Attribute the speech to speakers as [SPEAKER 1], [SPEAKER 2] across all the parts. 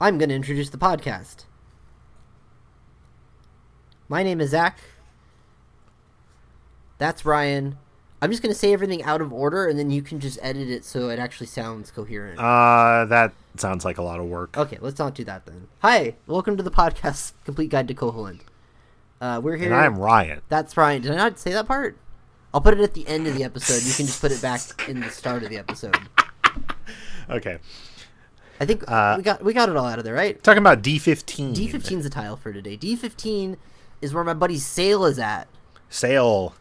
[SPEAKER 1] I'm going to introduce the podcast. My name is Zach. That's Ryan. I'm just going to say everything out of order and then you can just edit it so it actually sounds coherent.
[SPEAKER 2] Uh, that sounds like a lot of work.
[SPEAKER 1] okay, let's not do that then. Hi, welcome to the podcast Complete Guide to Koholland. Uh, we're here.
[SPEAKER 2] And I'm Ryan.
[SPEAKER 1] That's Ryan. Did I not say that part? I'll put it at the end of the episode. You can just put it back in the start of the episode.
[SPEAKER 2] Okay.
[SPEAKER 1] I think
[SPEAKER 2] Uh,
[SPEAKER 1] we got we got it all out of there, right?
[SPEAKER 2] Talking about D15.
[SPEAKER 1] D15 is a tile for today. D15 is where my buddy Sale is at.
[SPEAKER 2] Sale.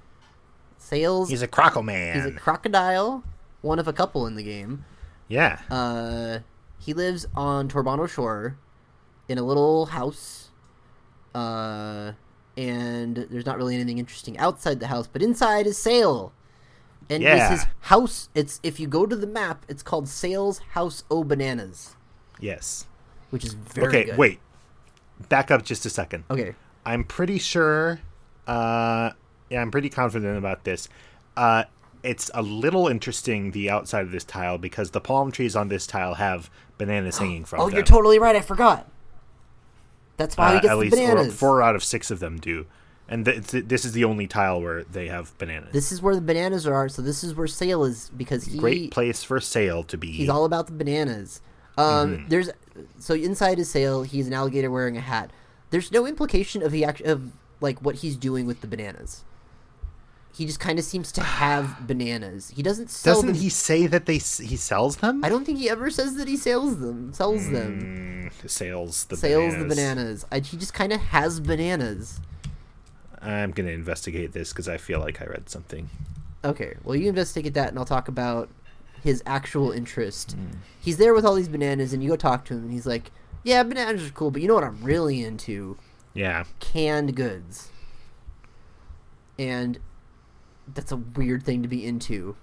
[SPEAKER 1] Sale's
[SPEAKER 2] He's a croco man.
[SPEAKER 1] he's a crocodile, one of a couple in the game.
[SPEAKER 2] yeah.
[SPEAKER 1] Uh, he lives on Torbano Shore in a little house. Uh, and there's not really anything interesting outside the house, but inside is Sale. And
[SPEAKER 2] Yeah.
[SPEAKER 1] this is house. It's if you go to the map, it's called Sale's House O Bananas,
[SPEAKER 2] yes.
[SPEAKER 1] which is very
[SPEAKER 2] okay,
[SPEAKER 1] good.
[SPEAKER 2] wait. Back up just a second.
[SPEAKER 1] Okay.
[SPEAKER 2] I'm pretty sure. Uh, yeah, I'm pretty confident about this. Uh, it's a little interesting the outside of this tile because the palm trees on this tile have bananas hanging from
[SPEAKER 1] Oh,
[SPEAKER 2] them.
[SPEAKER 1] you're totally right. I forgot. That's why
[SPEAKER 2] Uh,
[SPEAKER 1] he gets
[SPEAKER 2] at
[SPEAKER 1] the
[SPEAKER 2] least four-
[SPEAKER 1] bananas.
[SPEAKER 2] four out of six of them do, and th- th- this is the only tile where they have bananas.
[SPEAKER 1] This is where the bananas are. So this is where Sale is because he
[SPEAKER 2] Great place for sale to be.
[SPEAKER 1] He's all about the bananas. Um,
[SPEAKER 2] Mm-hmm.
[SPEAKER 1] There's so inside his sail, he's an alligator wearing a hat. There's no implication of he act- of like what he's doing with the bananas. He just kind of seems to have bananas. He doesn't sell
[SPEAKER 2] Doesn't
[SPEAKER 1] them.
[SPEAKER 2] he say that they s- he sells them?
[SPEAKER 1] I don't think he ever says that he sells them. Sells them.
[SPEAKER 2] Sales the
[SPEAKER 1] Sales
[SPEAKER 2] bananas.
[SPEAKER 1] the bananas. I, he just kind of has bananas.
[SPEAKER 2] I'm gonna investigate this because I feel like I read something.
[SPEAKER 1] Okay, well, you investigate that, and I'll talk about his actual interest.
[SPEAKER 2] Mm.
[SPEAKER 1] He's there with all these bananas, and you go talk to him, and he's like, "Yeah, bananas are cool, but you know what I'm really into?
[SPEAKER 2] Yeah,
[SPEAKER 1] Canned goods." And that's a weird thing to be into.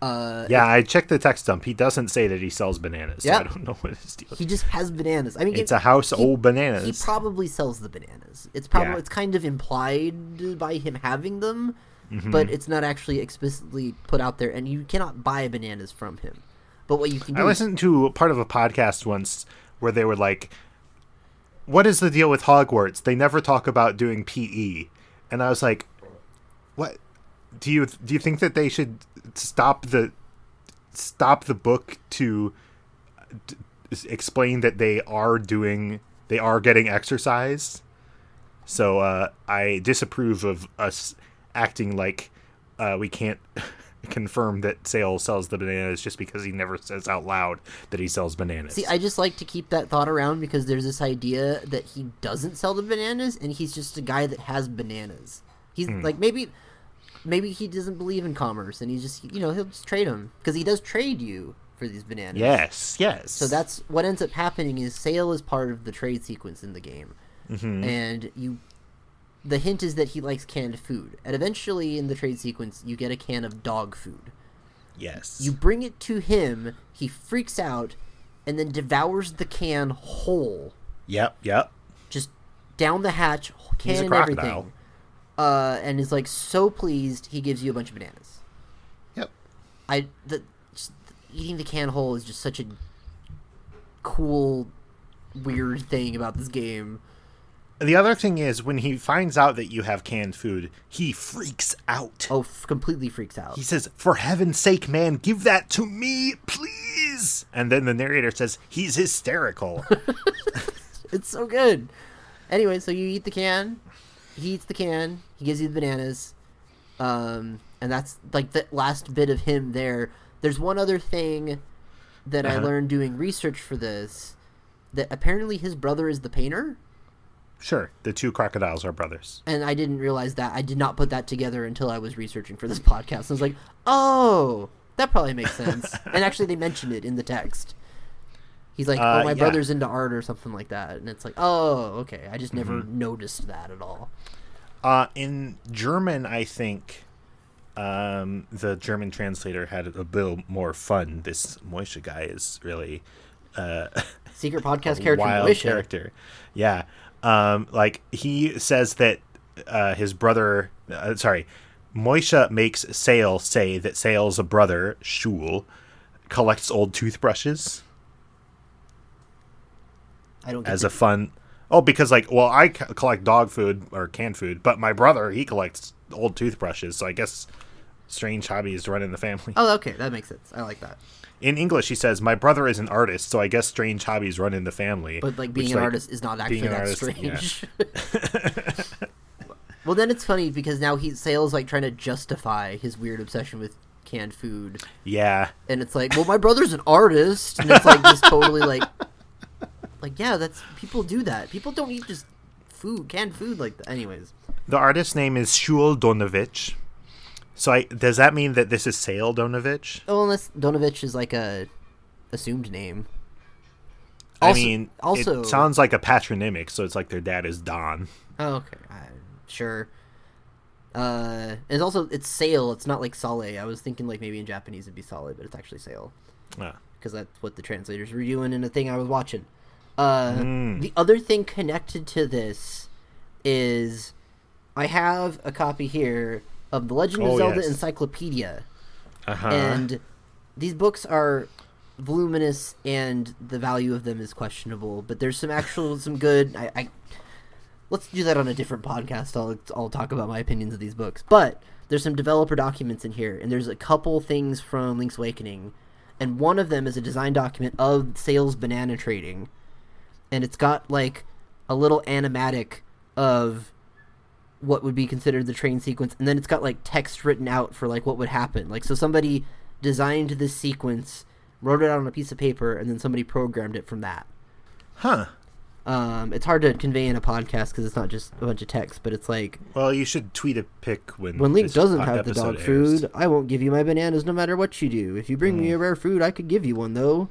[SPEAKER 1] Uh,
[SPEAKER 2] yeah. I checked the text dump. He doesn't say that he sells bananas. So
[SPEAKER 1] Yeah.
[SPEAKER 2] I don't know what his deal. is.
[SPEAKER 1] he just has bananas. I mean,
[SPEAKER 2] It's
[SPEAKER 1] it-
[SPEAKER 2] a house
[SPEAKER 1] he-
[SPEAKER 2] old bananas.
[SPEAKER 1] He probably sells the bananas. It's probably
[SPEAKER 2] Yeah.
[SPEAKER 1] it's kind of implied by him having them,
[SPEAKER 2] Mm-hmm.
[SPEAKER 1] but it's not actually explicitly put out there. And you cannot buy bananas from him. But what you can
[SPEAKER 2] I
[SPEAKER 1] do, is,
[SPEAKER 2] listened to part of a podcast once where they were like, "What is the deal with Hogwarts? They never talk about doing PE." And I was like, "What? Do you do you think that they should stop the stop the book to uh, d- explain that they are doing they are getting exercise?" So uh, I disapprove of us acting like uh, we can't confirm that Sale sells the bananas just because he never says out loud that he sells bananas.
[SPEAKER 1] see, I just like to keep that thought around because there's this idea that he doesn't sell the bananas, and he's just a guy that has bananas. He's like maybe. Maybe he doesn't believe in commerce, and he just, you know, he'll just trade them because he does trade you for these bananas.
[SPEAKER 2] yes, yes.
[SPEAKER 1] So that's what ends up happening is sale is part of the trade sequence in the game, and you. The hint is that he likes canned food, and eventually in the trade sequence you get a can of dog food.
[SPEAKER 2] yes.
[SPEAKER 1] You bring it to him, he freaks out, and then devours the can whole,
[SPEAKER 2] Yep, yep.
[SPEAKER 1] just down the hatch, can
[SPEAKER 2] He's a
[SPEAKER 1] and
[SPEAKER 2] crocodile.
[SPEAKER 1] everything, uh, and is like so pleased he gives you a bunch of bananas.
[SPEAKER 2] Yep.
[SPEAKER 1] I the just, eating the can whole is just such a cool, weird thing about this game.
[SPEAKER 2] The other thing is when he finds out that you have canned food, he freaks out.
[SPEAKER 1] Oh, f- completely freaks out.
[SPEAKER 2] He says, "For heaven's sake, man, give that to me, please." And then the narrator says, "He's hysterical."
[SPEAKER 1] It's so good. Anyway, so you eat the can. He eats the can. He gives you the bananas. Um, and that's like the last bit of him there. There's one other thing that I
[SPEAKER 2] Uh-huh.
[SPEAKER 1] learned doing research for this that apparently his brother is the painter.
[SPEAKER 2] sure, the two crocodiles are brothers.
[SPEAKER 1] and I didn't realize that. I did not put that together until I was researching for this podcast. I was like, oh, that probably makes sense. and actually, they mentioned it in the text. He's like,
[SPEAKER 2] Uh,
[SPEAKER 1] oh, my
[SPEAKER 2] yeah.
[SPEAKER 1] brother's into art or something like that. And it's like, oh, okay. I just never
[SPEAKER 2] Mm-hmm.
[SPEAKER 1] noticed that at all.
[SPEAKER 2] Uh, in German, I think um, the German translator had a little more fun. This Moisha guy is really
[SPEAKER 1] Secret podcast character,
[SPEAKER 2] wild
[SPEAKER 1] Moishe.
[SPEAKER 2] character. Yeah. Um, like he says that uh, his brother, uh, sorry, Moisha makes Sale say that Sale's a brother, Shul, collects old toothbrushes.
[SPEAKER 1] I don't get
[SPEAKER 2] as
[SPEAKER 1] the-
[SPEAKER 2] a fun. Oh, because like, well, I c- collect dog food or canned food, but my brother he collects old toothbrushes. So I guess strange hobbies run in the family.
[SPEAKER 1] Oh, okay, that makes sense. I like that.
[SPEAKER 2] In English, he says, "My brother is an artist, so I guess strange hobbies run in the family."
[SPEAKER 1] But like
[SPEAKER 2] Which,
[SPEAKER 1] being an artist is not actually
[SPEAKER 2] being an
[SPEAKER 1] that
[SPEAKER 2] artist, yeah.
[SPEAKER 1] strange. well, then it's funny because now he Sale's like trying to justify his weird obsession with canned food,
[SPEAKER 2] yeah,
[SPEAKER 1] and it's like, well, my brother's an artist, and it's like just totally like, like yeah, that's people do that. People don't eat just food, canned food like that. Anyways,
[SPEAKER 2] the artist's name is Shul Donovich. So I, does that mean that this is Sale Donovich?
[SPEAKER 1] oh, unless Donovich is like a assumed name.
[SPEAKER 2] I
[SPEAKER 1] Also-
[SPEAKER 2] mean,
[SPEAKER 1] also-
[SPEAKER 2] it sounds like a patronymic, so it's like their dad is Don.
[SPEAKER 1] Oh, okay, I, sure. Uh, and it's also it's Sale. It's not like Sale. I was thinking like maybe in Japanese it'd be Sale, but it's actually Sale.
[SPEAKER 2] Ah.
[SPEAKER 1] because that's what the translators were doing in a thing I was watching. Uh,
[SPEAKER 2] Hmm.
[SPEAKER 1] The other thing connected to this is I have a copy here of the Legend of
[SPEAKER 2] Oh,
[SPEAKER 1] Zelda
[SPEAKER 2] yes.
[SPEAKER 1] Encyclopedia,
[SPEAKER 2] Uh-huh.
[SPEAKER 1] and these books are voluminous, and the value of them is questionable. But there's some actual, some good. I, I let's do that on a different podcast. I'll I'll talk about my opinions of these books. But there's some developer documents in here, and there's a couple things from Link's Awakening, and one of them is a design document of Sales banana trading, and it's got like a little animatic of what would be considered the train sequence, and then it's got like text written out for like what would happen. Like so, somebody designed this sequence, wrote it out on a piece of paper, and then somebody programmed it from that.
[SPEAKER 2] huh.
[SPEAKER 1] Um, it's hard to convey in a podcast because it's not just a bunch of text, but it's like
[SPEAKER 2] Well, you should tweet a pic when
[SPEAKER 1] when Link
[SPEAKER 2] this
[SPEAKER 1] doesn't
[SPEAKER 2] po-
[SPEAKER 1] have the
[SPEAKER 2] episode
[SPEAKER 1] dog
[SPEAKER 2] airs. Mm.
[SPEAKER 1] food, I won't give you my bananas no matter what you do. If you bring me a rare food, I could give you one though.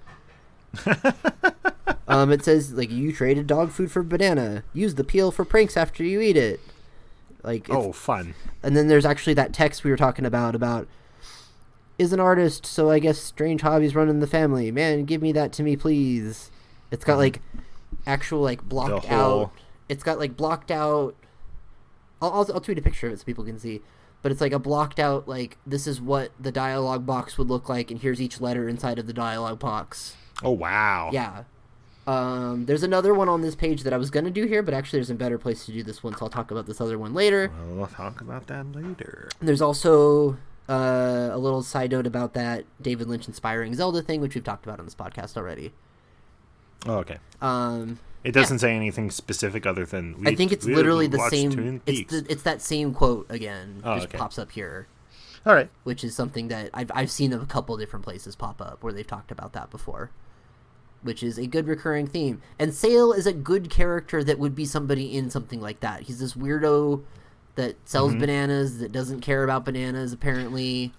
[SPEAKER 1] um, it says like you traded dog food for banana. Use the peel for pranks after you eat it. Like it's,
[SPEAKER 2] Oh, fun.
[SPEAKER 1] and then there's actually that text we were talking about about is an artist so i guess strange hobbies run in the family man give me that to me please it's got like actual like blocked out
[SPEAKER 2] whole-
[SPEAKER 1] it's got like blocked out I'll, I'll, I'll tweet a picture of it so people can see but it's like a blocked out like this is what the dialogue box would look like and here's each letter inside of the dialogue box
[SPEAKER 2] Oh, wow.
[SPEAKER 1] yeah um, there's another one on this page that i was going to do here but actually there's a better place to do this one so i'll talk about this other one later
[SPEAKER 2] Well, we'll talk about that later.
[SPEAKER 1] there's also uh, a little side note about that David Lynch inspiring Zelda thing, which we've talked about on this podcast already.
[SPEAKER 2] Oh, okay.
[SPEAKER 1] Um,
[SPEAKER 2] It doesn't say anything specific other than we
[SPEAKER 1] I think it's
[SPEAKER 2] we
[SPEAKER 1] literally the
[SPEAKER 2] watched
[SPEAKER 1] same.
[SPEAKER 2] Twin
[SPEAKER 1] It's
[SPEAKER 2] Peaks.
[SPEAKER 1] the, it's that same quote again.
[SPEAKER 2] Oh,
[SPEAKER 1] just
[SPEAKER 2] okay.
[SPEAKER 1] pops up here,
[SPEAKER 2] All right.
[SPEAKER 1] which is something that I've I've seen a couple different places pop up where they've talked about that before, which is a good recurring theme. And Sale is a good character that would be somebody in something like that. He's this weirdo that sells
[SPEAKER 2] Mm-hmm.
[SPEAKER 1] bananas that doesn't care about bananas apparently.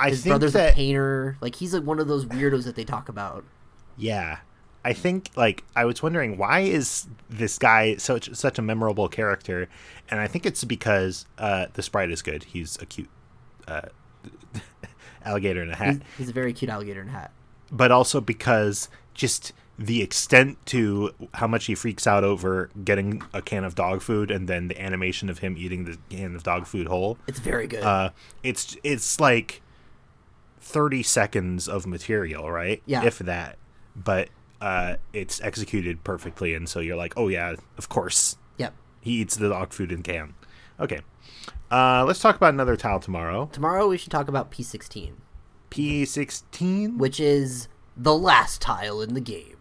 [SPEAKER 2] I
[SPEAKER 1] his
[SPEAKER 2] think
[SPEAKER 1] brother's
[SPEAKER 2] that
[SPEAKER 1] a painter. Like he's like one of those weirdos that they talk about.
[SPEAKER 2] yeah. I think like I was wondering why is this guy such such a memorable character, and I think it's because uh, the sprite is good. He's a cute uh, alligator in a hat.
[SPEAKER 1] He's, he's a very cute alligator in a hat.
[SPEAKER 2] but also because just the extent to how much he freaks out over getting a can of dog food and then the animation of him eating the can of dog food whole
[SPEAKER 1] It's very good.
[SPEAKER 2] uh it's it's like 30 seconds of material right
[SPEAKER 1] Yeah.
[SPEAKER 2] if that but uh it's executed perfectly and so you're like oh yeah of course
[SPEAKER 1] yep.
[SPEAKER 2] he eats the dog food in can okay uh let's talk about another tile tomorrow
[SPEAKER 1] Tomorrow we should talk about P16,
[SPEAKER 2] p16
[SPEAKER 1] which is the last tile in the game.